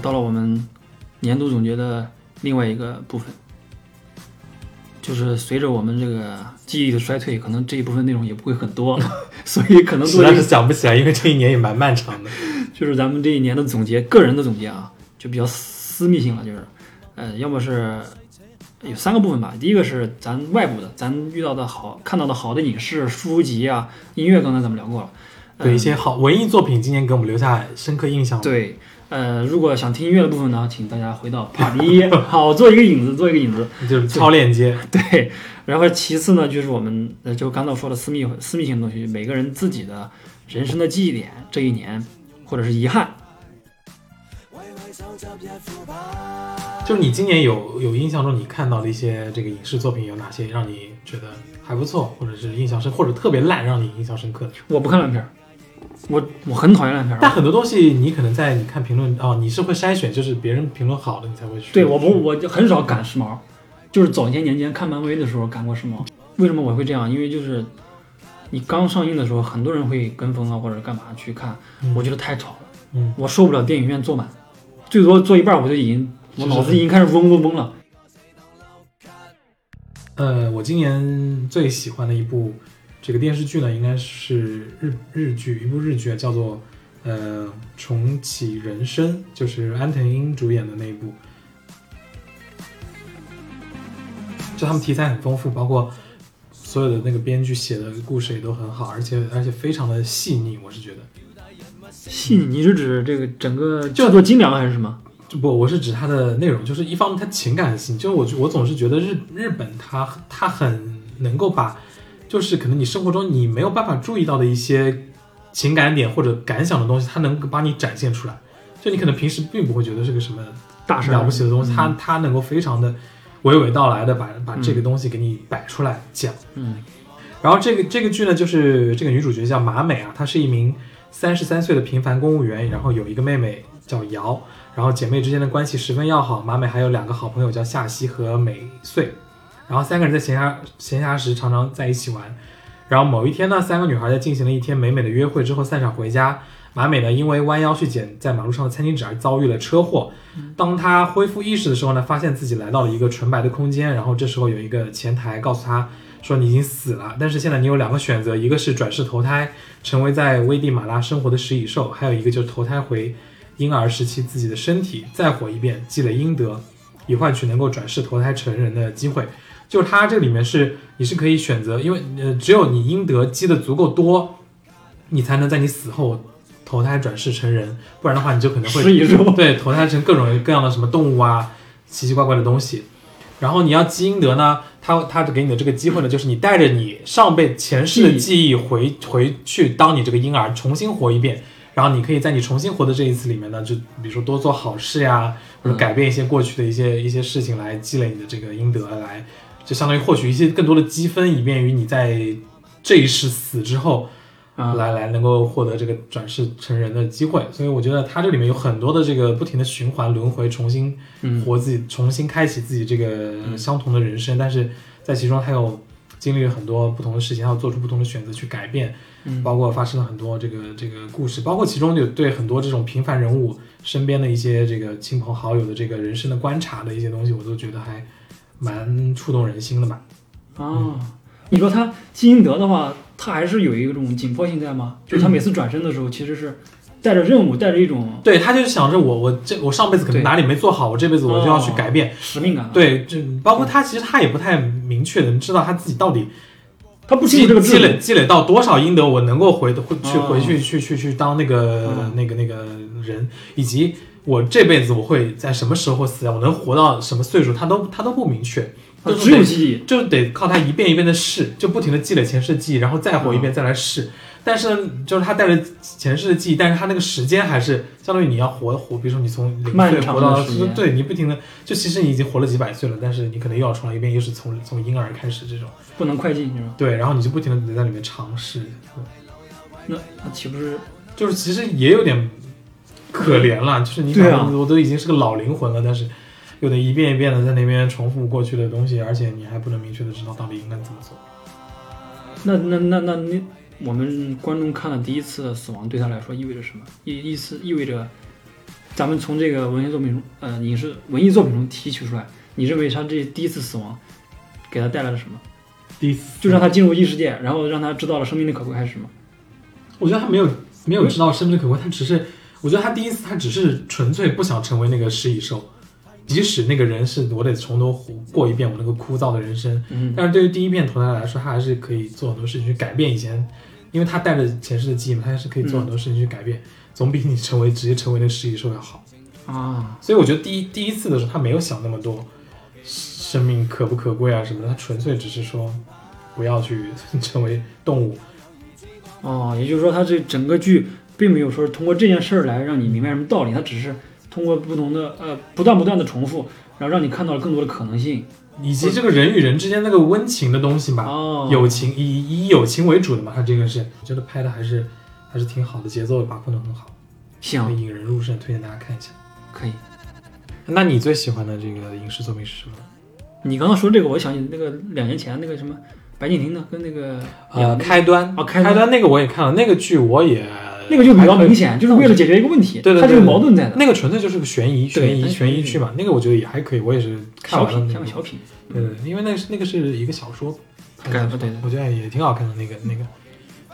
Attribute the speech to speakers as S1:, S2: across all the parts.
S1: 到了我们年度总结的另外一个部分，就是随着我们这个记忆的衰退，可能这一部分内容也不会很多， 所以可能
S2: 实
S1: 做一
S2: 在
S1: 个
S2: 是想不起来，因为这一年也蛮漫长的。
S1: 就是咱们这一年的总结，个人的总结啊，就比较私密性了，就是，呃，要么是有三个部分吧。第一个是咱外部的，咱遇到的好、看到的好的影视、书籍啊、音乐，刚才咱们聊过了。呃
S2: 对一些好文艺作品，今年给我们留下深刻印象。，
S1: 对，呃，如果想听音乐的部分呢，请大家回到 part 一， 好，做一个引子，做一个引子。
S2: 就是超链接。
S1: 对，然后其次呢，就是我们呃，就刚才我说的私密私密性的东西，每个人自己的人生的记忆点，这一年或者是遗憾，
S2: 就是你今年有有印象中你看到的一些这个影视作品有哪些让你觉得还不错，或者是印象深，或者特别烂让你印象深刻的？
S1: 我不看烂片儿，我我很讨厌烂片儿。啊
S2: 但很多东西你可能在你看评论哦，你是会筛选，就是别人评论好的你才会去。
S1: 对我不，我就很少赶时髦，就是早些年间看漫威的时候赶过时髦。为什么我会这样？因为就是你刚上映的时候，很多人会跟风啊，或者干嘛去看，
S2: 嗯
S1: 我觉得太吵了，
S2: 嗯，
S1: 我受不了电影院坐满，最多坐一半我就已经，我
S2: 是是
S1: 脑子已经开始嗡嗡嗡了。
S2: 嗯呃，我今年最喜欢的一部这个电视剧呢，应该是日日剧，一部日剧啊叫做呃《重启人生》，就是安藤英主演的那一部。就他们题材很丰富，包括所有的那个编剧写的故事也都很好，而且而且非常的细腻，我是觉得。
S1: 细腻，你是指这个整个
S2: 就
S1: 制作精良还是什么？
S2: 就不，我是指它的内容，就是一方面它情感性，就是我我总是觉得日日本它它很能够把，就是可能你生活中你没有办法注意到的一些情感点或者感想的东西，它能够把你展现出来。就你可能平时并不会觉得是个什么
S1: 大事儿
S2: 了不起的东西，
S1: 嗯
S2: 它它能够非常的娓娓道来的把把这个
S1: 嗯
S2: 东西给你摆出来讲。
S1: 嗯
S2: 然后这个这个剧呢，就是这个女主角叫马美啊，她是一名三十三岁的平凡公务员，然后有一个妹妹叫瑶，然后姐妹之间的关系十分要好。马美还有两个好朋友叫夏希和美穗，然后三个人在闲暇闲暇时常常在一起玩。然后某一天呢，三个女孩在进行了一天美美的约会之后散场回家。马美呢，因为弯腰去捡在马路上的餐巾纸而遭遇了车祸。当她恢复意识的时候呢，发现自己来到了一个纯白的空间。然后这时候有一个前台告诉她，说你已经死了，但是现在你有两个选择，一个是转世投胎，成为在危地马拉生活的食蚁兽，还有一个就是投胎回婴儿时期自己的身体，再活一遍，积累阴德，以换取能够转世投胎成人的机会。就是它这里面是你是可以选择，因为呃只有你阴德积的足够多，你才能在你死后投胎转世成人，不然的话你就可能会
S1: 食蚁 兽
S2: 对投胎成各种各样的什么动物啊，奇奇怪怪的东西。然后你要积阴德呢，他他给你的这个机会呢，就是你带着你上辈前世的记忆回回去，当你这个婴儿重新活一遍，然后你可以在你重新活的这一次里面呢，就比如说多做好事呀，或者改变一些过去的一些一些事情来积累你的这个阴德，来就相当于获取一些更多的积分，以便于你在这一世死之后
S1: 啊，
S2: 来来能够获得这个转世成人的机会，所以我觉得它这里面有很多的这个不停的循环轮回，重新
S1: 嗯
S2: 活自己，重新开启自己这个相同的人生，但是在其中他有经历了很多不同的事情，他要做出不同的选择去改变，
S1: 嗯
S2: 包括发生了很多这个这个故事，包括其中有对很多这种平凡人物身边的一些这个亲朋好友的这个人生的观察的一些东西，我都觉得还蛮触动人心的吧。
S1: 啊，你说他基因德的话，他还是有一种紧迫性在吗？就是他每次转身的时候，其实是带着任务，带着一种
S2: 对他就是想着我我这我上辈子可能
S1: 对
S2: 哪里没做好，我这辈子我就要去
S1: 哦
S2: 改变。
S1: 使命感啊。
S2: 对，就包括他，其实他也不太明确的知道他自己到底
S1: 他不清
S2: 积
S1: 楚这个
S2: 积
S1: 制度
S2: 累积累到多少阴德，我能够回回去
S1: 哦
S2: 回去去去去当那个
S1: 嗯
S2: 那个那个人，以及我这辈子我会在什么时候死掉，我能活到什么岁数，他都他都不明确，
S1: 啊，
S2: 就是
S1: 只有记忆。
S2: 就得靠他一遍一遍的试，就不停的积累前世的记忆，然后再活
S1: 嗯
S2: 一遍再来试。但是呢，就是他带着前世的记忆，但是他那个时间还是相当于你要活活，比如说你从零
S1: 漫
S2: 岁
S1: 长
S2: 活
S1: 的
S2: 到
S1: 时间
S2: 对你不停的，就其实你已经活了几百岁了，但是你可能又要重来一遍，又是从从婴儿开始这种，
S1: 不能快进，是吧？
S2: 对，然后你就不停的在里面尝试，
S1: 那那岂不是
S2: 就是其实也有点可怜了，就是你
S1: 对
S2: 感
S1: 啊
S2: 觉我都已经是个老灵魂了，但是又得一遍一遍的在那边重复过去的东西，而且你还不能明确的知道到底应该怎么做。
S1: 那那那那那我们观众看了第一次的死亡，对他来说意味着什么？意意思意味着咱们从这个文学作品中，呃，影视文艺作品中提取出来，你认为他这第一次死亡给他带来了什么？
S2: 第四
S1: 就让他进入异世界，然后让他知道了生命的可贵，还是什么？
S2: 我觉得他没有没有知道生命的可贵，他只是，我觉得他第一次他只是纯粹不想成为那个食蚁兽，即使那个人是我得从头活过一遍我那个枯燥的人生，
S1: 嗯，
S2: 但是对于第一遍投胎来说，他还是可以做很多事情去改变以前，因为他带着前世的记忆嘛，他还是可以做很多事情去改变，总比你成为直接成为那个食蚁兽要好。
S1: 啊，
S2: 所以我觉得第一第一次的时候，他没有想那么多，生命可不可贵啊什么的，他纯粹只是说不要去 成为动物。
S1: 哦，也就是说，他这整个剧并没有说是通过这件事儿来让你明白什么道理，他只是通过不同的呃不断不断的重复，然后让你看到了更多的可能性。
S2: 以及这个人与人之间那个温情的东西吧，
S1: 哦，
S2: 友情以以友情为主的嘛，他这个是，我觉得拍的还是还是挺好的，节奏把控的很好，
S1: 行，
S2: 引人入胜，推荐大家看一下。
S1: 可以。
S2: 那你最喜欢的这个影视作品是什么？
S1: 你刚刚说这个，我想起那个两年前那个什么白敬亭的跟那个
S2: 呃，开端
S1: 哦
S2: 开
S1: 开端
S2: 那个我也看了，那个剧我也
S1: 那个就比较
S2: 还可以
S1: 明显，就是为了解决一个问题，
S2: 对对对
S1: 它这个
S2: 对
S1: 矛盾在的，
S2: 那个纯粹就是个悬疑
S1: 对
S2: 悬疑
S1: 它是
S2: 悬疑
S1: 悬疑
S2: 剧嘛，那个我觉得也还可以，我也是看
S1: 小
S2: 完了
S1: 品
S2: 那
S1: 像
S2: 个
S1: 个。小品，
S2: 对对，对因为那是那个是一个小说拍
S1: 改
S2: 的，
S1: 对对对
S2: 我觉得也挺好看的那个那个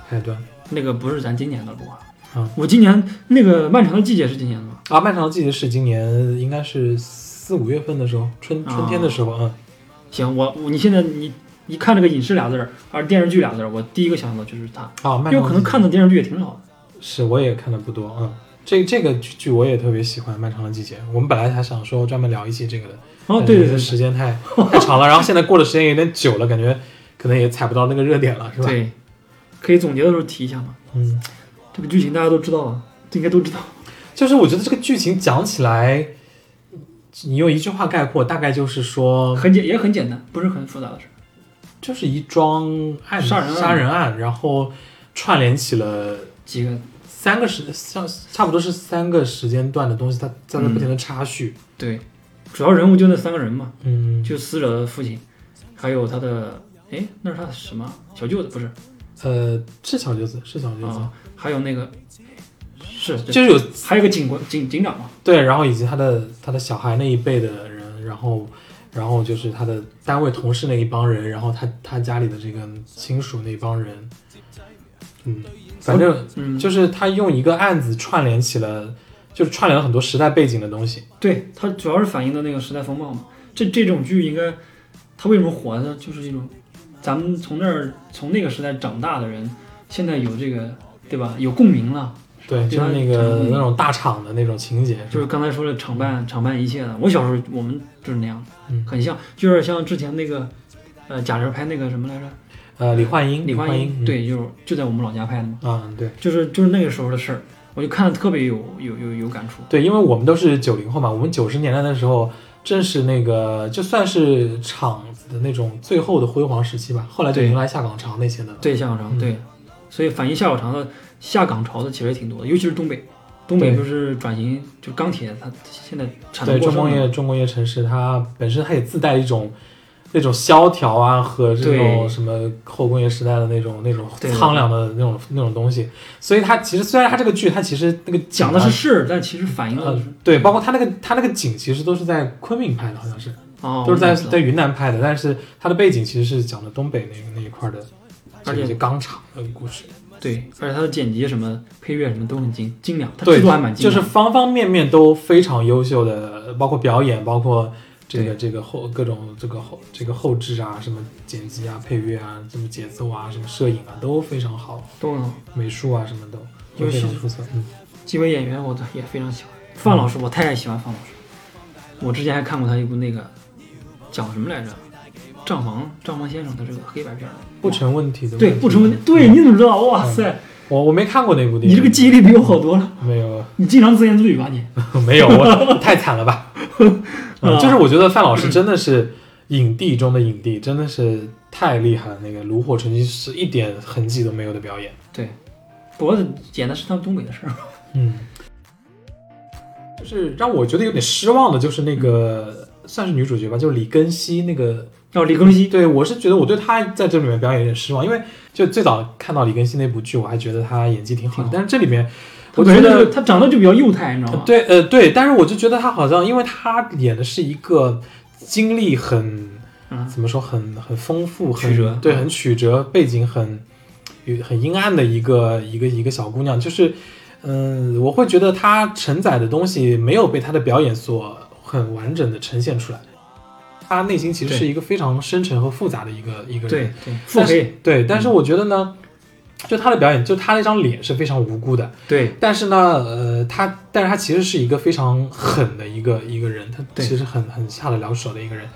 S2: 开端
S1: 那个不是咱今年的录啊。
S2: 嗯
S1: 我今年那个《漫长的季节》是今年的吗？
S2: 啊，《漫长的季节》是今年应该是四五月份的时候，春
S1: 啊
S2: 春天的时候，嗯，
S1: 行，我我你现在你一看这个影视俩字儿，而电视剧俩字儿，我第一个想到就是它，
S2: 啊，漫
S1: 因为
S2: 长
S1: 我
S2: 的
S1: 可能
S2: 季节
S1: 看的电视剧也挺少的。
S2: 是我也看的不多，嗯，这这个剧剧我也特别喜欢，《漫长的季节》，我们本来还想说专门聊一期这个的，
S1: 哦，
S2: 但
S1: 对
S2: 是
S1: 对对
S2: 时间太太长了，然后现在过的时间有点久了，感觉可能也踩不到那个热点了，是吧？
S1: 对，可以总结的时候提一下嘛。
S2: 嗯，
S1: 这个剧情大家都知道了，应该都知道。
S2: 就是我觉得这个剧情讲起来，你用一句话概括，大概就是说，
S1: 很简也很简单，不是很复杂的事儿。
S2: 就是一桩案
S1: 杀人案
S2: 杀人案，然后串联起了
S1: 几个
S2: 三个时，像差不多是三个时间段的东西，它在那不停的插叙，
S1: 对，主要人物就那三个人嘛，
S2: 嗯，
S1: 就死者的父亲，还有他的，哎，那是他什么小舅子不是啊、
S2: 呃，是小舅子，是小舅子，
S1: 还有那个哦是，对
S2: 就是有
S1: 还有个警官警警长嘛，
S2: 对，然后以及他的他的小孩那一辈的人，然后然后就是他的单位同事那一帮人，然后他他家里的这个亲属那帮人，嗯，反正
S1: 嗯，
S2: 就是他用一个案子串联起了，就是串联了很多时代背景的东西。
S1: 对，他主要是反映的那个时代风暴嘛。这这种剧应该，他为什么火呢？就是一种，咱们从那儿从那个时代长大的人，现在有这个对吧？有共鸣了，
S2: 对，
S1: 对
S2: 就是那
S1: 他
S2: 个
S1: 嗯
S2: 那种大厂的那种情节，
S1: 就是是刚才说的厂办厂办一切的。我小时候我们就是那样，
S2: 嗯
S1: 很像，就是像之前那个，呃，贾玲拍那个什么来着？
S2: 呃，李焕英，
S1: 李
S2: 焕
S1: 焕
S2: 英，
S1: 英，
S2: 嗯，
S1: 对，就是就在我们老家拍的嘛，
S2: 啊，对
S1: 就是就是那个时候的事儿，我就看的特别有有有有感触。
S2: 对，因为我们都是九零后嘛，我们九十年代的时候。正是那个，就算是厂子的那种最后的辉煌时期吧，后来就
S1: 对
S2: 迎来下岗潮那些的了。
S1: 对，下岗潮，
S2: 嗯
S1: 对，所以反映下岗潮的下岗潮的其实也挺多的，尤其是东北，东北
S2: 对
S1: 就是转型，就钢铁它现在产
S2: 对
S1: 能过
S2: 重
S1: 剩
S2: 工
S1: 了，
S2: 业重工业城市，它本身它也自带一种那种萧条啊和这种
S1: 对
S2: 什么后工业时代的那种那种
S1: 对对
S2: 苍凉的那种那种东西。所以它其实虽然它这个剧它其实那个
S1: 讲的是事，但其实反映的
S2: 呃
S1: 是
S2: 对，包括它那个它那个景其实都是在昆明拍的，好像是
S1: 哦，
S2: 都是在
S1: 我知道
S2: 在云南拍的，但是它的背景其实是讲的东北那个那一块的，
S1: 而且
S2: 这个钢厂的故事。
S1: 对，而且它的剪辑什么配乐什么都很精精良，它
S2: 对
S1: 制作还蛮精
S2: 就
S1: 良
S2: 是
S1: 的，
S2: 方方面面都非常优秀的，包括表演，包括这个
S1: 对
S2: 这个后各种这个后这个后置啊，什么剪辑啊、配乐啊、什么节奏啊、什么摄影啊，都非常好，
S1: 都很好。
S2: 美术啊什么都都
S1: 尤其
S2: 非
S1: 是
S2: 常出色。嗯，
S1: 几位演员我都也非常喜欢，范老师我太喜欢范老师，我之前还看过他一部那个讲什么来着，账房账房先生的这个黑白片儿，
S2: 不成问题的
S1: 对
S2: 问题嗯
S1: 不成问题，对你怎么知道？哇塞，
S2: 我我没看过那部电影，
S1: 你这个记忆力比我好多了。
S2: 没有啊
S1: 你经常自言自语吧你？
S2: 没有，我太惨了 吧？嗯
S1: 啊
S2: 就是我觉得范老师真的是影帝中的影帝，真的是太厉害了，那个炉火纯青是一点痕迹都没有的表演。
S1: 对，脖子剪的是他们东北的事儿。
S2: 嗯，就是让我觉得有点失望的，就是那个、算是女主角吧，就是李根熙那个。
S1: 哦，李庚希，
S2: 对我是觉得我对她在这里面表演有点失望，因为就最早看到李根熙那部剧，我还觉得她演技挺好的，
S1: 挺好
S2: 但是这里面
S1: 我
S2: 觉
S1: 感
S2: 得
S1: 觉他长得就比较幼态，你知道吗？
S2: 对，呃，对，但是我就觉得他好像，因为他演的是一个经历很
S1: 嗯，
S2: 怎么说，很很丰富，很
S1: 曲折
S2: 对，
S1: 嗯
S2: 很曲折，背景很有很阴暗的一个一个一个小姑娘，就是，嗯，我会觉得她承载的东西没有被她的表演所很完整的呈现出来。她内心其实
S1: 对
S2: 是一个非常深沉和复杂的一个一个人，
S1: 对嗯对，腹
S2: 但是
S1: 黑，嗯
S2: 对，但是我觉得呢，就她的表演，就她那张脸是非常无辜的，
S1: 对
S2: 但是呢，呃，他，但是他其实是一个非常狠的一个一个人，他
S1: 对嗯
S2: 其实很很下得了手的一个人。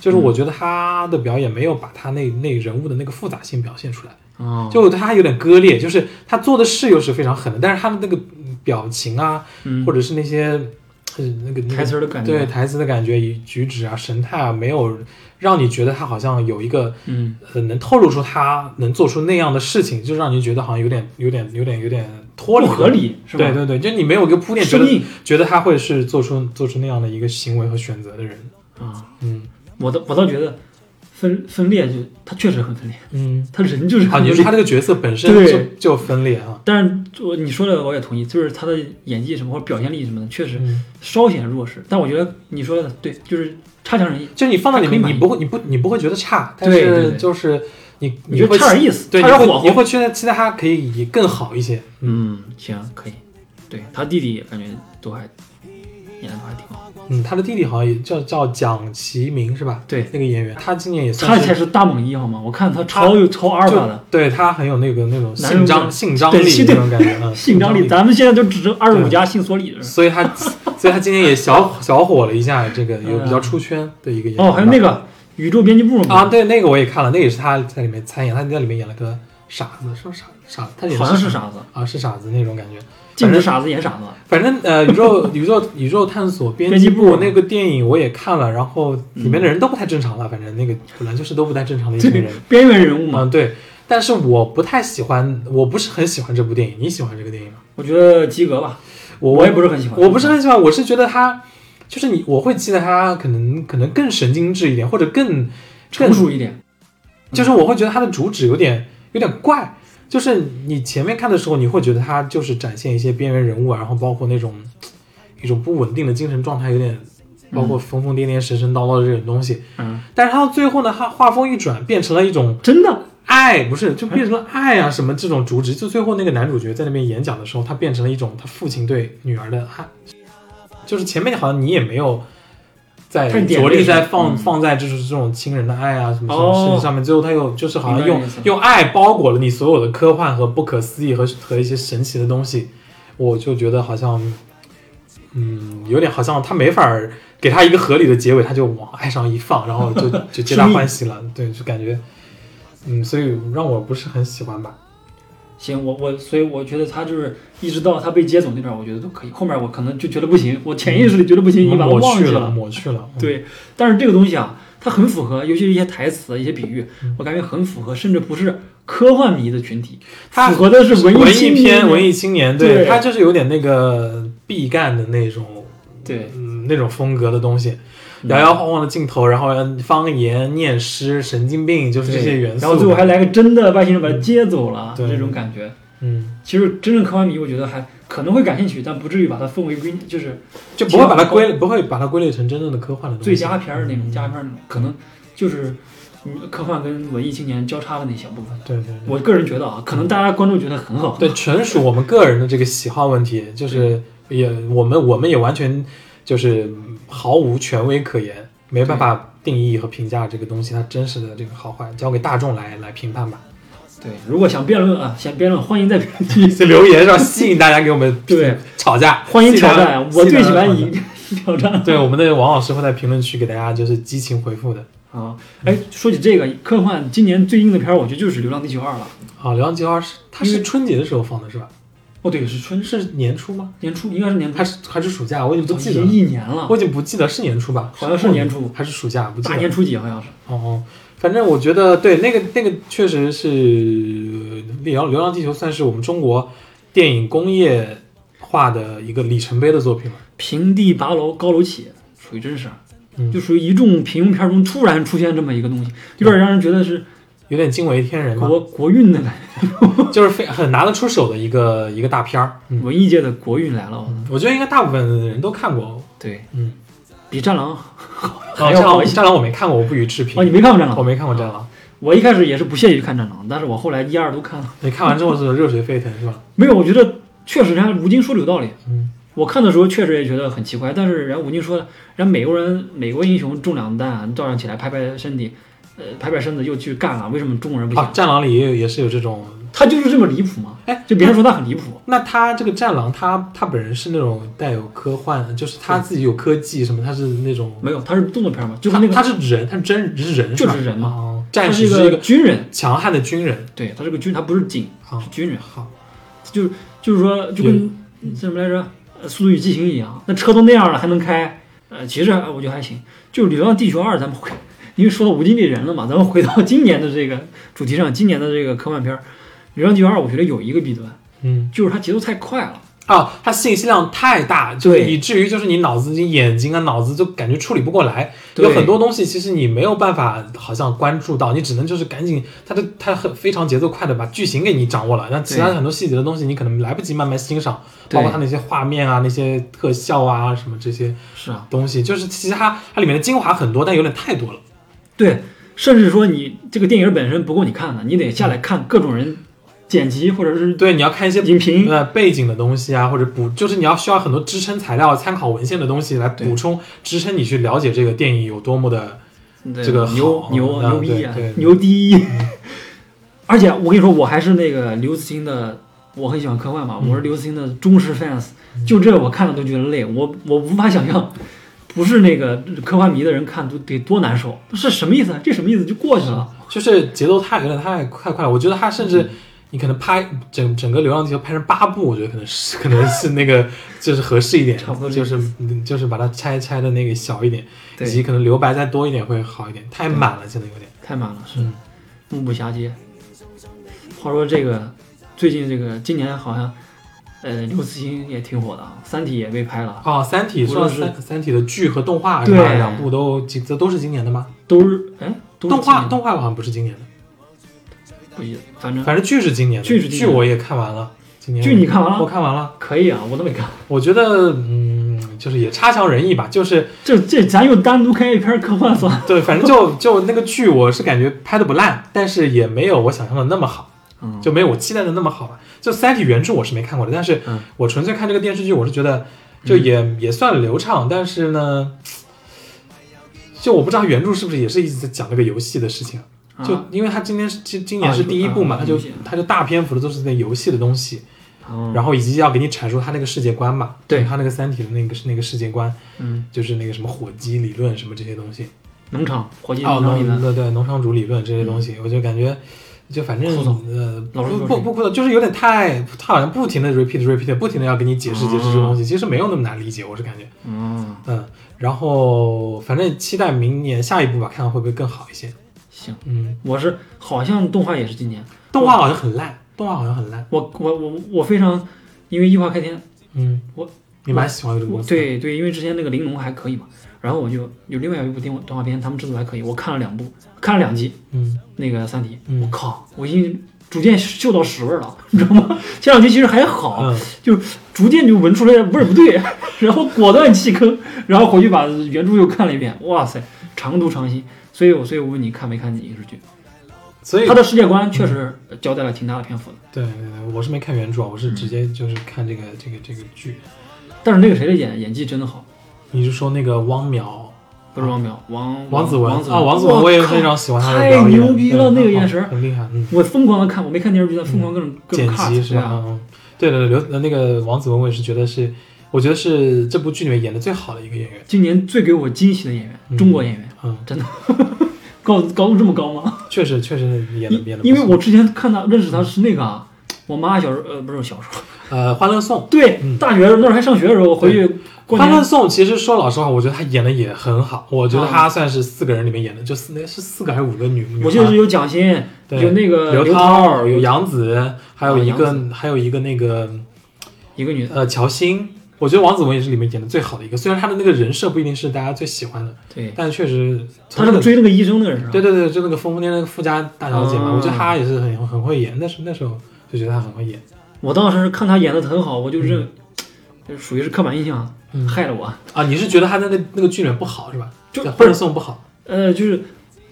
S2: 就是我觉得他的表演没有把他那那人物的那个复杂性表现出来，
S1: 哦，
S2: 就他有点割裂，就是他做的事又是非常狠的，但是他的那个表情啊，
S1: 嗯
S2: 或者是那些呃那个那个
S1: 台词儿的感觉，
S2: 对，台词的感觉、以举止啊、神态啊，没有让你觉得他好像有一个
S1: 嗯，
S2: 呃能透露出他能做出那样的事情，就让你觉得好像有点有点有点有点脱
S1: 不
S2: 离
S1: 合
S2: 了
S1: 理是吧？
S2: 对对对，就你没有一个铺垫，觉
S1: 生
S2: 得
S1: 硬
S2: 觉得他会是做出做出那样的一个行为和选择的人。
S1: 啊，
S2: 嗯
S1: 我倒我倒觉得分分裂就他确实很分裂，
S2: 嗯，
S1: 他人就是
S2: 啊，
S1: 很
S2: 你
S1: 分
S2: 说
S1: 裂
S2: 他。这个角色本身
S1: 对
S2: 就就分裂啊，
S1: 但是我你说的我也同意，就是他的演技什么或者表现力什么的，确实
S2: 嗯，
S1: 稍显弱势。但我觉得你说的对，就是差强人意，
S2: 就是你放到里
S1: 还可以
S2: 面，
S1: 满
S2: 你
S1: 意
S2: 不会你不你不会觉得差，但
S1: 对对
S2: 是
S1: 对
S2: 就是你
S1: 你
S2: 你
S1: 觉
S2: 会
S1: 得差点意思，
S2: 对，
S1: 差
S2: 你
S1: 点
S2: 会
S1: 火
S2: 你
S1: 候。
S2: 会觉得期待他可以更好一些。
S1: 嗯，行，可以。对他弟弟感觉都还演的都还挺好，
S2: 嗯，他的弟弟好像也叫叫蒋奇明是吧？
S1: 对
S2: 那个演员，他今年也
S1: 他
S2: 算
S1: 才
S2: 是。
S1: 是大猛一好吗？我看他超又超阿尔法
S2: 就
S1: 的
S2: 对他很有那个那种
S1: 男人
S2: 性
S1: 味
S2: 张性张
S1: 对
S2: 力
S1: 性
S2: 那种感 觉，嗯，
S1: 性张力，咱们现在就只剩二十五
S2: 对
S1: 加性缩 力了。
S2: 所以他，所以他今年也小小火了一下，这个有比较出圈的一个演员
S1: 嗯
S2: 吧。
S1: 哦，还有那个宇宙编辑部嘛，
S2: 啊，对，那个我也看了，那个也是他在里面参演，他在里面演了个傻子，是不是傻傻，他演
S1: 好像是傻子，
S2: 啊，是傻子那种感觉。
S1: 禁止傻子演傻子。
S2: 反正呃，宇宙宇宙 宇宙探索编辑
S1: 编辑
S2: 部
S1: 部
S2: 那个电影我也看了，然后里面的人都不太正常了，反正那个本来就是都不太正常的一群
S1: 嗯对
S2: 人。，
S1: 边缘人物啊嘛，
S2: 嗯，对。但是我不太喜欢，我不是很喜欢这部电影。你喜欢这个电影吗？
S1: 我觉得及格吧，
S2: 我
S1: 我也不是很喜欢
S2: 我不是很喜欢，我是觉得他就是你，我会期待他可能可能更神经质一点，或者更
S1: 成熟一点。
S2: 就是我会觉得他的主旨有点有点怪。就是你前面看的时候，你会觉得他就是展现一些边缘人物啊，然后包括那种一种不稳定的精神状态，有点包括疯疯癫癫、神神叨叨的这种东西。
S1: 嗯，
S2: 但是他到最后呢，他画风一转，变成了一种
S1: 真的，
S2: 爱，不是就变成了爱啊什么这种主旨。就最后那个男主角在那边演讲的时候，他变成了一种他父亲对女儿的爱，就是前面好像你也没有在
S1: 看点
S2: 着力
S1: 这个
S2: 在放、
S1: 嗯
S2: 放在就是这种亲人的爱啊什么什
S1: 哦
S2: 么事情上面，最后他又就是好像
S1: 明白
S2: 用
S1: 你意思
S2: 用爱包裹了你所有的科幻和不可思议和和一些神奇的东西，我就觉得好像。嗯，有点好像他没法儿给他一个合理的结尾，他就往爱上一放，然后就 就皆大欢喜了。对，就感觉，嗯，所以让我不是很喜欢吧。
S1: 行，我我所以我觉得他就是一直到他被接走那段，我觉得都可以。后面我可能就觉得不行，我潜意识里觉得不行，已经嗯把我
S2: 抹
S1: 忘
S2: 去
S1: 记
S2: 了，。抹去了。嗯，
S1: 对，但是这个东西啊，它很符合，尤其是一些台词、一些比喻，我感觉很符合，甚至不是科幻迷的群体，
S2: 他
S1: 符合的是文
S2: 文
S1: 青
S2: 艺片、文艺青年，对
S1: 对
S2: 他就是有点那个毕赣的那种，
S1: 对
S2: 嗯，那种风格的东西，
S1: 嗯
S2: 摇摇晃晃的镜头，然后方言、念诗、神经病，就是这些
S1: 对
S2: 元素。
S1: 然后最后还，来个真的外星人把他接走了，
S2: 对
S1: 这种感觉。
S2: 嗯，
S1: 其实真正科幻迷，我觉得还可能会感兴趣，但不至于把它分为归，就是
S2: 就不会把它归，不会把它归类成真正的科幻的东西。
S1: 最佳片儿那种佳片儿那种，可能就是嗯科幻跟文艺青年交叉的那一小部分。
S2: 对对对。
S1: 我个人觉得啊，可能大家观众觉得很好，
S2: 对，纯属我们个人的这个喜好问题，就是也我们我们也完全就是毫无权威可言，没办法定义和评价这个东西它真实的这个好坏，交给大众来来评判吧。
S1: 对，如果想辩论啊，想辩论，欢 迎在评论区
S2: 这留言是吧，吸引大家给我们
S1: 对
S2: 吵架，
S1: 欢迎挑战，
S2: 吸
S1: 我
S2: 引
S1: 最
S2: 大家
S1: 喜欢
S2: 讨
S1: 以
S2: 论
S1: 挑战。
S2: 对我们的王老师会在评论区给大家就是激情回复的。
S1: 啊，哎，说起这个科幻，今年最硬的片儿，我觉得就是《流浪地球二》了。
S2: 好，《流浪计划》是它
S1: 因
S2: 是
S1: 为
S2: 春节的时候放的是吧？
S1: 哦，对，是春
S2: 是年初吗？
S1: 年初，应该是年初
S2: 还，是还是暑假？我已经不
S1: 已
S2: 记得
S1: 经
S2: 了，
S1: 一年了
S2: 我，已经不记得是年初吧？
S1: 好像是年初
S2: 还是暑假？不记得
S1: 大
S2: 了。
S1: 年初几好像是。
S2: 哦，反正我觉得对那个那个确实是《流浪流浪地球》算是我们中国电影工业化的一个里程碑的作品了。
S1: 平地拔楼高楼起，属于真事儿，
S2: 嗯
S1: 就属于一众平庸片儿中突然出现这么一个东西，有点让人觉得是
S2: 有点惊为天 人嘛，
S1: 国国运的感觉，
S2: 就是非很拿得出手的一个一个大片儿。嗯，
S1: 文艺界的国运来了。我
S2: 我觉得应该大部分人都看过。
S1: 对，
S2: 嗯，
S1: 比《战狼》
S2: 哦，
S1: 还
S2: 战
S1: 要
S2: 狼
S1: 好一些。
S2: 战狼我没看过，我不予置评。
S1: 哦，你没看过《战狼
S2: 我》？没看过战狼，
S1: 我一开始也是不屑于看《战狼》，但是我后来一二都看了。
S2: 你看完之后是热血沸腾是吧？
S1: 没有，我觉得确实人家吴京说的有道理。
S2: 嗯，
S1: 我看的时候确实也觉得很奇怪，但是人家吴京说的，人家美国人美国英雄中两弹，照样起来拍拍身体，呃，拍拍身子又去干了，为什么中国人不行？
S2: 啊，战狼里也有也是有这种。
S1: 他就是这么离谱吗？
S2: 哎，
S1: 就别人说他很离谱，
S2: 那他这个战狼，他他本人是那种带有科幻，就是他自己有科技什么，他是那种
S1: 没有，他是动作片嘛，就是那个
S2: 他他是人，他是真是人吧，
S1: 就是人嘛
S2: 哦
S1: 他
S2: 战
S1: 是
S2: 士
S1: 一
S2: 是一
S1: 个
S2: 个
S1: 军人，
S2: 强悍的军人
S1: 对他是个军，他不是警，
S2: 啊
S1: 是。军人，嗯
S2: 好，
S1: 就是就是说就跟什么来着，呃《速度与激情》一样，那车都那样了还能开，呃，其实还我觉得还行。就是《流浪地球二》，咱们回， 因为说到无尽这人了嘛，咱们回到今年的这个主题上，今年的这个科幻片儿，《流浪地球二》我觉得有一个弊端，
S2: 嗯
S1: 就是它节奏太快了。
S2: 啊，他信息量太大，就是
S1: 对
S2: 以至于就是你脑子、你眼睛啊、脑子就感觉处理不过来，
S1: 对
S2: 有很多东西其实你没有办法好像关注到，你只能就是赶紧，他的他很非常节奏快的把剧情给你掌握了，那其他
S1: 对
S2: 很多细节的东西你可能来不及慢慢欣赏，
S1: 对
S2: 包括他那些画面啊、那些特效啊什么这些
S1: 是啊，
S2: 东西，就是其实它它里面的精华很多，但有点太多了。
S1: 对，甚至说你这个电影本身不够你看的，你得下来看各种人剪辑或者是
S2: 对，你要看一些
S1: 影评。
S2: 呃背景的东西啊，或者补，就是你要需要很多支撑材料、参考文献的东西来
S1: 对
S2: 补充支撑你去了解这个电影有多么的。
S1: 对
S2: 这个
S1: 牛
S2: 好
S1: 牛
S2: 嗯
S1: 牛逼啊
S2: 对嗯对，对
S1: 牛逼！而且我跟你说，我还是那个刘慈欣的，我很喜欢科幻嘛，
S2: 嗯
S1: 我是刘慈欣的忠实 fans，就这我看了都觉得累，我我无法想象，不是那个科幻迷的人看都得多难受，是什么意思啊？这什么意思？就过去了。
S2: 就是节奏太有点太太快了，我觉得他甚
S1: 嗯
S2: 至你可能拍整整个《流浪地球》拍成八部，我觉得可能是 可能是那个就是合适一点，
S1: 差不多
S2: 就是嗯就是把它拆拆的那个小一点，以
S1: 对
S2: 及可能留白再多一点会好一点，太满了现在有点。
S1: 太满了，是
S2: 嗯
S1: 目不暇接。话说这个最近这个今年好像，呃，刘慈欣也挺火的啊，《三体》也被拍了，
S2: 哦，《三体》
S1: 无
S2: 说到
S1: 论
S2: 三
S1: 是
S2: 《三体》的剧和动画是
S1: 对
S2: 吧？两部都今这都是今年的吗？
S1: 都是哎，都是
S2: 动画
S1: 今年
S2: 动画好像不是今年的。
S1: 不记得，反正
S2: 反正剧是今年的，
S1: 剧是今年的
S2: 我也看完了，今年
S1: 剧你看完
S2: 我
S1: 了，
S2: 看完了，
S1: 可以啊，我都没看。
S2: 我觉得嗯，就是也差强人意吧，就是
S1: 这这咱又单独开一篇科幻 算了。
S2: 对，反正就就那个剧，我是感觉拍的不烂，但是也没有我想象的那么好，
S1: 嗯，
S2: 就没有我期待的那么好吧。就《三体》原著我是没看过的，但是
S1: 嗯
S2: 我纯粹看这个电视剧，我是觉得就也、也算流畅，但是呢。就我不知道原著是不是也是一直在讲那个游戏的事情，
S1: 啊
S2: 就因为他今年是今今年
S1: 啊
S2: 是第一部嘛，
S1: 啊
S2: 他就
S1: 游戏
S2: 他就大篇幅的都是那游戏的东西，
S1: 嗯
S2: 然后以及要给你阐述他那个世界观嘛，
S1: 对
S2: 他那个《三体》的那个那个世界观，
S1: 嗯，
S2: 就是那个什么火鸡理论什么这些东西，
S1: 农场火鸡
S2: 哦，
S1: 嗯啊农嗯场里
S2: 农
S1: 面，
S2: 对对，农场主理论这些东西，我就感觉就反正
S1: 枯燥
S2: 呃
S1: 老实
S2: 不
S1: 说
S2: 不不枯燥，就是有点太他好像不停的 repeat repeat，不停的要给你解释解释这个东西，其实没有那么难理解，我是感觉，
S1: 嗯，
S2: 嗯，然后反正期待明年下一部吧，看看会不会更好一些，
S1: 行，
S2: 嗯，
S1: 我是好像动画也是今年，
S2: 动画好像很烂，动画好像很烂，
S1: 我我我我非常因为异化开天，
S2: 嗯，
S1: 我
S2: 你蛮喜欢这个
S1: 我
S2: 公司，，
S1: 对对，因为之前那个玲珑还可以嘛，然后我就有另外有一部电动画片，他们制作还可以，我看了两部，看了两集
S2: 嗯
S1: 那个《三体》，
S2: 嗯
S1: 我靠，我已经逐渐嗅到屎味儿了，你知道吗？前两集其实还好，
S2: 嗯。
S1: 就是逐渐就闻出来味儿不对， 然后果断弃坑，然后回去把原著又看了一遍，哇塞，长读长新。所以我所以我问你看没看影视剧？
S2: 所以嗯
S1: 他的世界观确实交代了挺大的篇幅的，
S2: 对对对，我是没看原著啊，我是
S1: 嗯
S2: 直接就是看这个、这个这个剧。
S1: 但是那个谁的演演技真的好，
S2: 你是说那个汪淼、
S1: 不是王
S2: 啊
S1: 淼，王
S2: 王子
S1: 嗯
S2: 文
S1: 王子
S2: 啊？王子文，
S1: 文，
S2: 我也
S1: 哇靠
S2: 非常喜欢他的
S1: 太
S2: 表演，
S1: 牛逼了
S2: 嗯
S1: 那个
S2: 嗯
S1: 眼神儿
S2: 很厉害。嗯，
S1: 我疯狂的看，我没看电视剧，但疯狂各种各种
S2: 剪
S1: cut，
S2: 辑是
S1: 对
S2: 吧？
S1: 啊
S2: 嗯，嗯对对对，刘那个王子文，我也是觉得是，我觉得是这部剧里面演的最好的一个演员。
S1: 今年最给我惊喜的演员，
S2: 嗯
S1: 中国演员，
S2: 嗯，
S1: 高高度这么高吗？
S2: 确实确实演的演的，
S1: 因为我之前看他认识他是那个啊，我妈小时候呃不是小时候，
S2: 呃，《欢乐颂
S1: 对，
S2: 嗯
S1: 大学那时候还上学的时候回去》，
S2: 《
S1: 过
S2: 欢乐
S1: 年，
S2: 颂》其实说老实话，我觉得他演的也很好，我觉得
S1: 啊
S2: 他算是四个人里面演的，就四那是四个还是五个女女孩？
S1: 我记得是有蒋欣，
S2: 对
S1: 有那个
S2: 刘
S1: 涛，
S2: 涛、有杨紫，还有一
S1: 啊
S2: 个
S1: 杨
S2: 还有一个那个
S1: 一个女的，
S2: 呃乔欣，我觉得王子文也是里面演的最好的一个，虽然他的那个人设不一定是大家最喜欢的，
S1: 对，
S2: 但确实
S1: 他
S2: 从那
S1: 是
S2: 个
S1: 追那个医生那个人啊是吧？
S2: 对对对，就那个疯疯癫癫那个富家大小姐嘛，
S1: 啊
S2: 我觉得她也是很很会演，那时那时候就觉得她很会演。
S1: 我当时看他演的很好，我就认，就是属于是刻板印象、
S2: 嗯
S1: 害了我。
S2: 啊，你是觉得她在那那个剧里面不好是吧？
S1: 就
S2: 在
S1: 不
S2: 欢乐
S1: 是
S2: 颂不好
S1: 呃，就是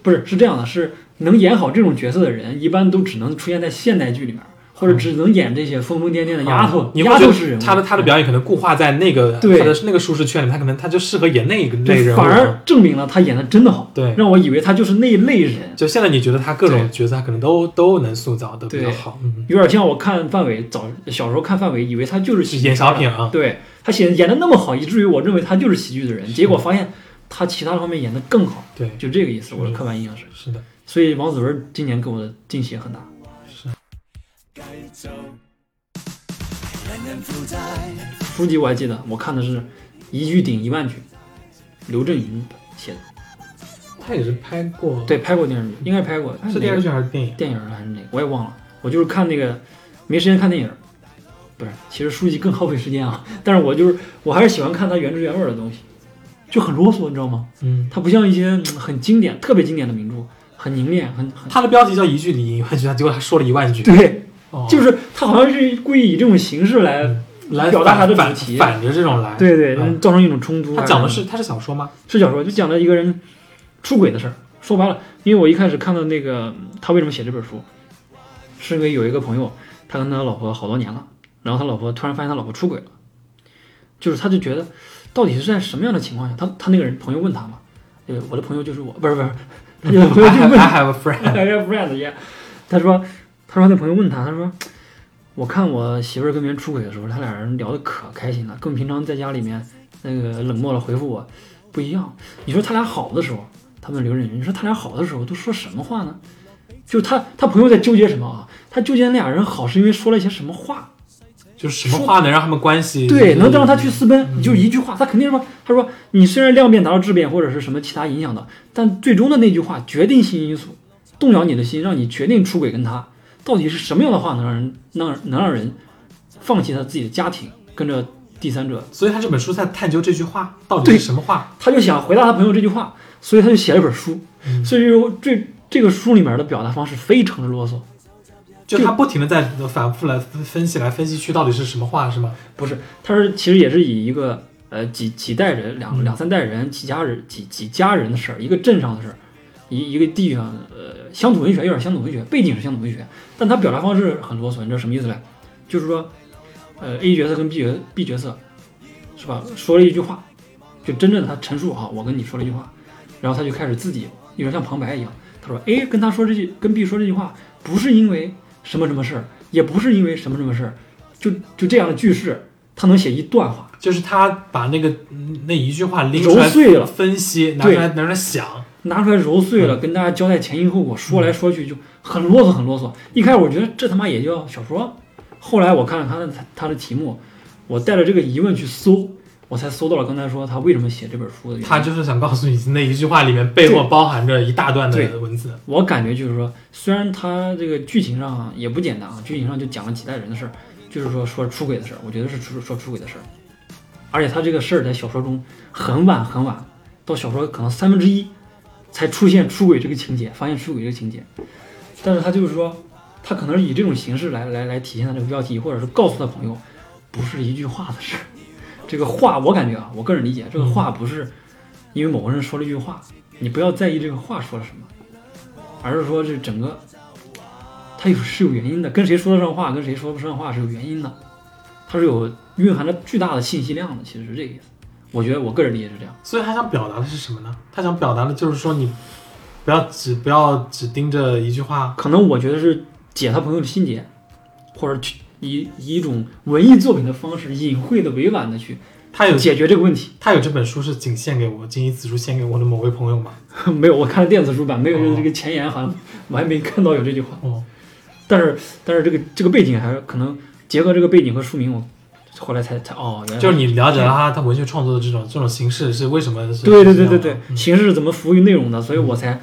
S1: 不是是这样的，是能演好这种角色的人，一般都只能出现在现代剧里面，或者只能演这些疯疯癫癫的丫头
S2: 嗯啊、你
S1: 丫
S2: 会觉
S1: 头式人物。
S2: 得她的她的表演可能固化在那个
S1: 对
S2: 她的那个舒适圈里面，她可能她就适合演那个那个
S1: 对，
S2: 人物。
S1: 反而证明了他演的真的好，
S2: 对
S1: 让我以为他就是那一类人，
S2: 就现在你觉得她各种角色，她可能都都能塑造的比较
S1: 对
S2: 好，嗯，
S1: 有点像我看范伟早小时候看范伟，以为他就是喜剧
S2: 演小品
S1: 的
S2: 啊，
S1: 对他演演的那么好，以至于我认为他就是喜剧的人，结果发现他其他方面演的更好，
S2: 对，
S1: 就这个意思，我的刻板印象是。
S2: 是的，
S1: 所以王子文今年给我的惊喜也很大。书籍我还记得，我看的是一句顶一万句，刘震云写的，
S2: 她也是拍过，，
S1: 对，拍过电视剧，应该拍过，
S2: 是电视
S1: 剧、
S2: 剧还是电影？
S1: 电影还是哪个，我也忘了。我就是看那个，没时间看电影，不是，其实书籍更耗费时间啊。但是我就是，我还是喜欢看它原汁原味的东西，就很啰嗦，你知道吗？
S2: 嗯，
S1: 它不像一些嗯很经典、特别经典的名著，很凝练，很很
S2: 她的标题叫一句理一万句，她结果她说了一万句，
S1: 对，
S2: 哦
S1: 就是他好像是故意以这种形式来，
S2: 来
S1: 表达
S2: 反
S1: 她的
S2: 反
S1: 主题
S2: 反着这种来，
S1: 对对，
S2: 嗯
S1: 造成一种冲突。
S2: 他讲的是他是小说吗？
S1: 是小说，就讲了一个人出轨的事儿。说白了，因为我一开始看到那个嗯他为什么写这本书，是因为有一个朋友，他跟他老婆好多年了，然后他老婆突然发现他老婆出轨了，就是他就觉得到底是在什么样的情况下，他他那个人朋友问他嘛，对，我的朋友就是我， 不是不是，他有朋友
S2: I
S1: 就
S2: have,
S1: 问
S2: I have a friend，
S1: 还是 friend 一样。他说，他说那朋友问他，他说，我看我媳妇儿跟别人出轨的时候，他俩人聊得可开心了，跟平常在家里面那个冷漠的回复我不一样。你说他俩好的时候，他们刘震云，你说他俩好的时候都说什么话呢？就他他朋友在纠结什么啊？他纠结那俩人好是因为说了一些什么话？
S2: 就是什么话能让他们关系
S1: 对，能让他去私奔，就一句话，他肯定说，他说你虽然量变达到质变或者是什么其他影响的，但最终的那句话决定性因素，动摇你的心，让你决定出轨跟他，到底是什么样的话能让人能能让人放弃他自己的家庭，跟着第三者？
S2: 所以他这本书在探究这句话到底是
S1: 对
S2: 什么话。
S1: 他就想回答他朋友这句话，所以他就写了本书，所以说这这个书里面的表达方式非常的啰嗦，
S2: 就他不停的在反复来分分析来分析去到底是什么话是吗？
S1: 不是，他是其实也是以一个呃几几代人两两三代人几家人几几家人的事儿，一个镇上的事儿，一一个地上呃乡土文学有点乡土文学，背景是乡土文学，但他表达方式很啰嗦，你知道什么意思嘞？就是说，呃 A 角色跟 B 角 B 角色是吧，说了一句话，就真正的他陈述啊，我跟你说了一句话，然后他就开始自己有点像旁白一样，他说 A 跟他说这句跟 B 说这句话，不是因为什么什么事儿，也不是因为什么什么事儿，就就这样的句式，他能写一段话，
S2: 就是他把那个嗯那一句话拎出
S1: 揉
S2: 来
S1: 碎了，
S2: 分析，拿出来拿出来想，
S1: 拿出来揉碎了，跟大家交代前因后果，说来说去就很啰嗦，很啰嗦。一开始我觉得这他妈也叫小说，后来我看了他的他的题目，我带着这个疑问去搜，我才搜到了刚才说他为什么写这本书的原因。
S2: 他就是想告诉你那一句话里面背后
S1: 对
S2: 包含着一大段
S1: 对
S2: 的文字。
S1: 我感觉就是说，虽然他这个剧情上也不简单啊，剧情上就讲了几代人的事儿，就是说说出轨的事儿，我觉得是出说出轨的事儿，而且他这个事儿在小说中很晚很晚，到小说可能三分之一才出现出轨这个情节，发现出轨这个情节，但是他就是说，他可能是以这种形式来来来体现他这个标题，或者是告诉他朋友，不是一句话的事儿，这个话我感觉啊，我个人理解，这个话不是因为某个人说了一句话，你不要在意这个话说了什么。而是说这整个它有是有原因的，跟谁说得上话，跟谁说不上话是有原因的，它是有蕴含着巨大的信息量的，其实是这个意思。我觉得我个人理解是这样，
S2: 所以他想表达的是什么呢？他想表达的就是说你不要只不要只盯着一句话，
S1: 可能我觉得是解他朋友的心结，或者去以以一种文艺作品的方式，隐晦的、委婉的去
S2: 他有
S1: 解决这个问题。
S2: 他有这本书是仅献给我，仅以此书献给我的某位朋友嘛？
S1: 没有，我看了电子书版，没有
S2: 哦
S1: 这个前言，好像我还没看到有这句话。
S2: 哦，
S1: 但是，但是这个这个背景还是可能结合这个背景和书名，我后来才才哦，原来
S2: 就是你了解了他他文学创作的这种这种形式是为什么是？
S1: 对对对
S2: 是这样的
S1: 对嗯对，啊形式是怎么服务于内容的，所以我才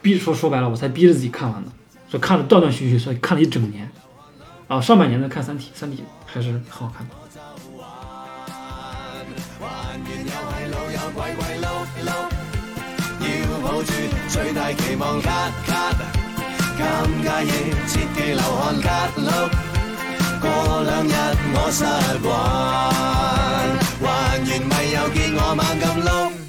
S1: 逼说说白了，我才逼着自己看完的，所以看了断断续续，所以看了一整年。啊，上半年在看《三体》，《三体》还是很好看的。
S3: 我還原又係老友鬼鬼碌碌，要抱住最大期望卡卡，尷尬夜切忌流汗卡碌。過兩日我失魂，還原咪又見我猛咁碌。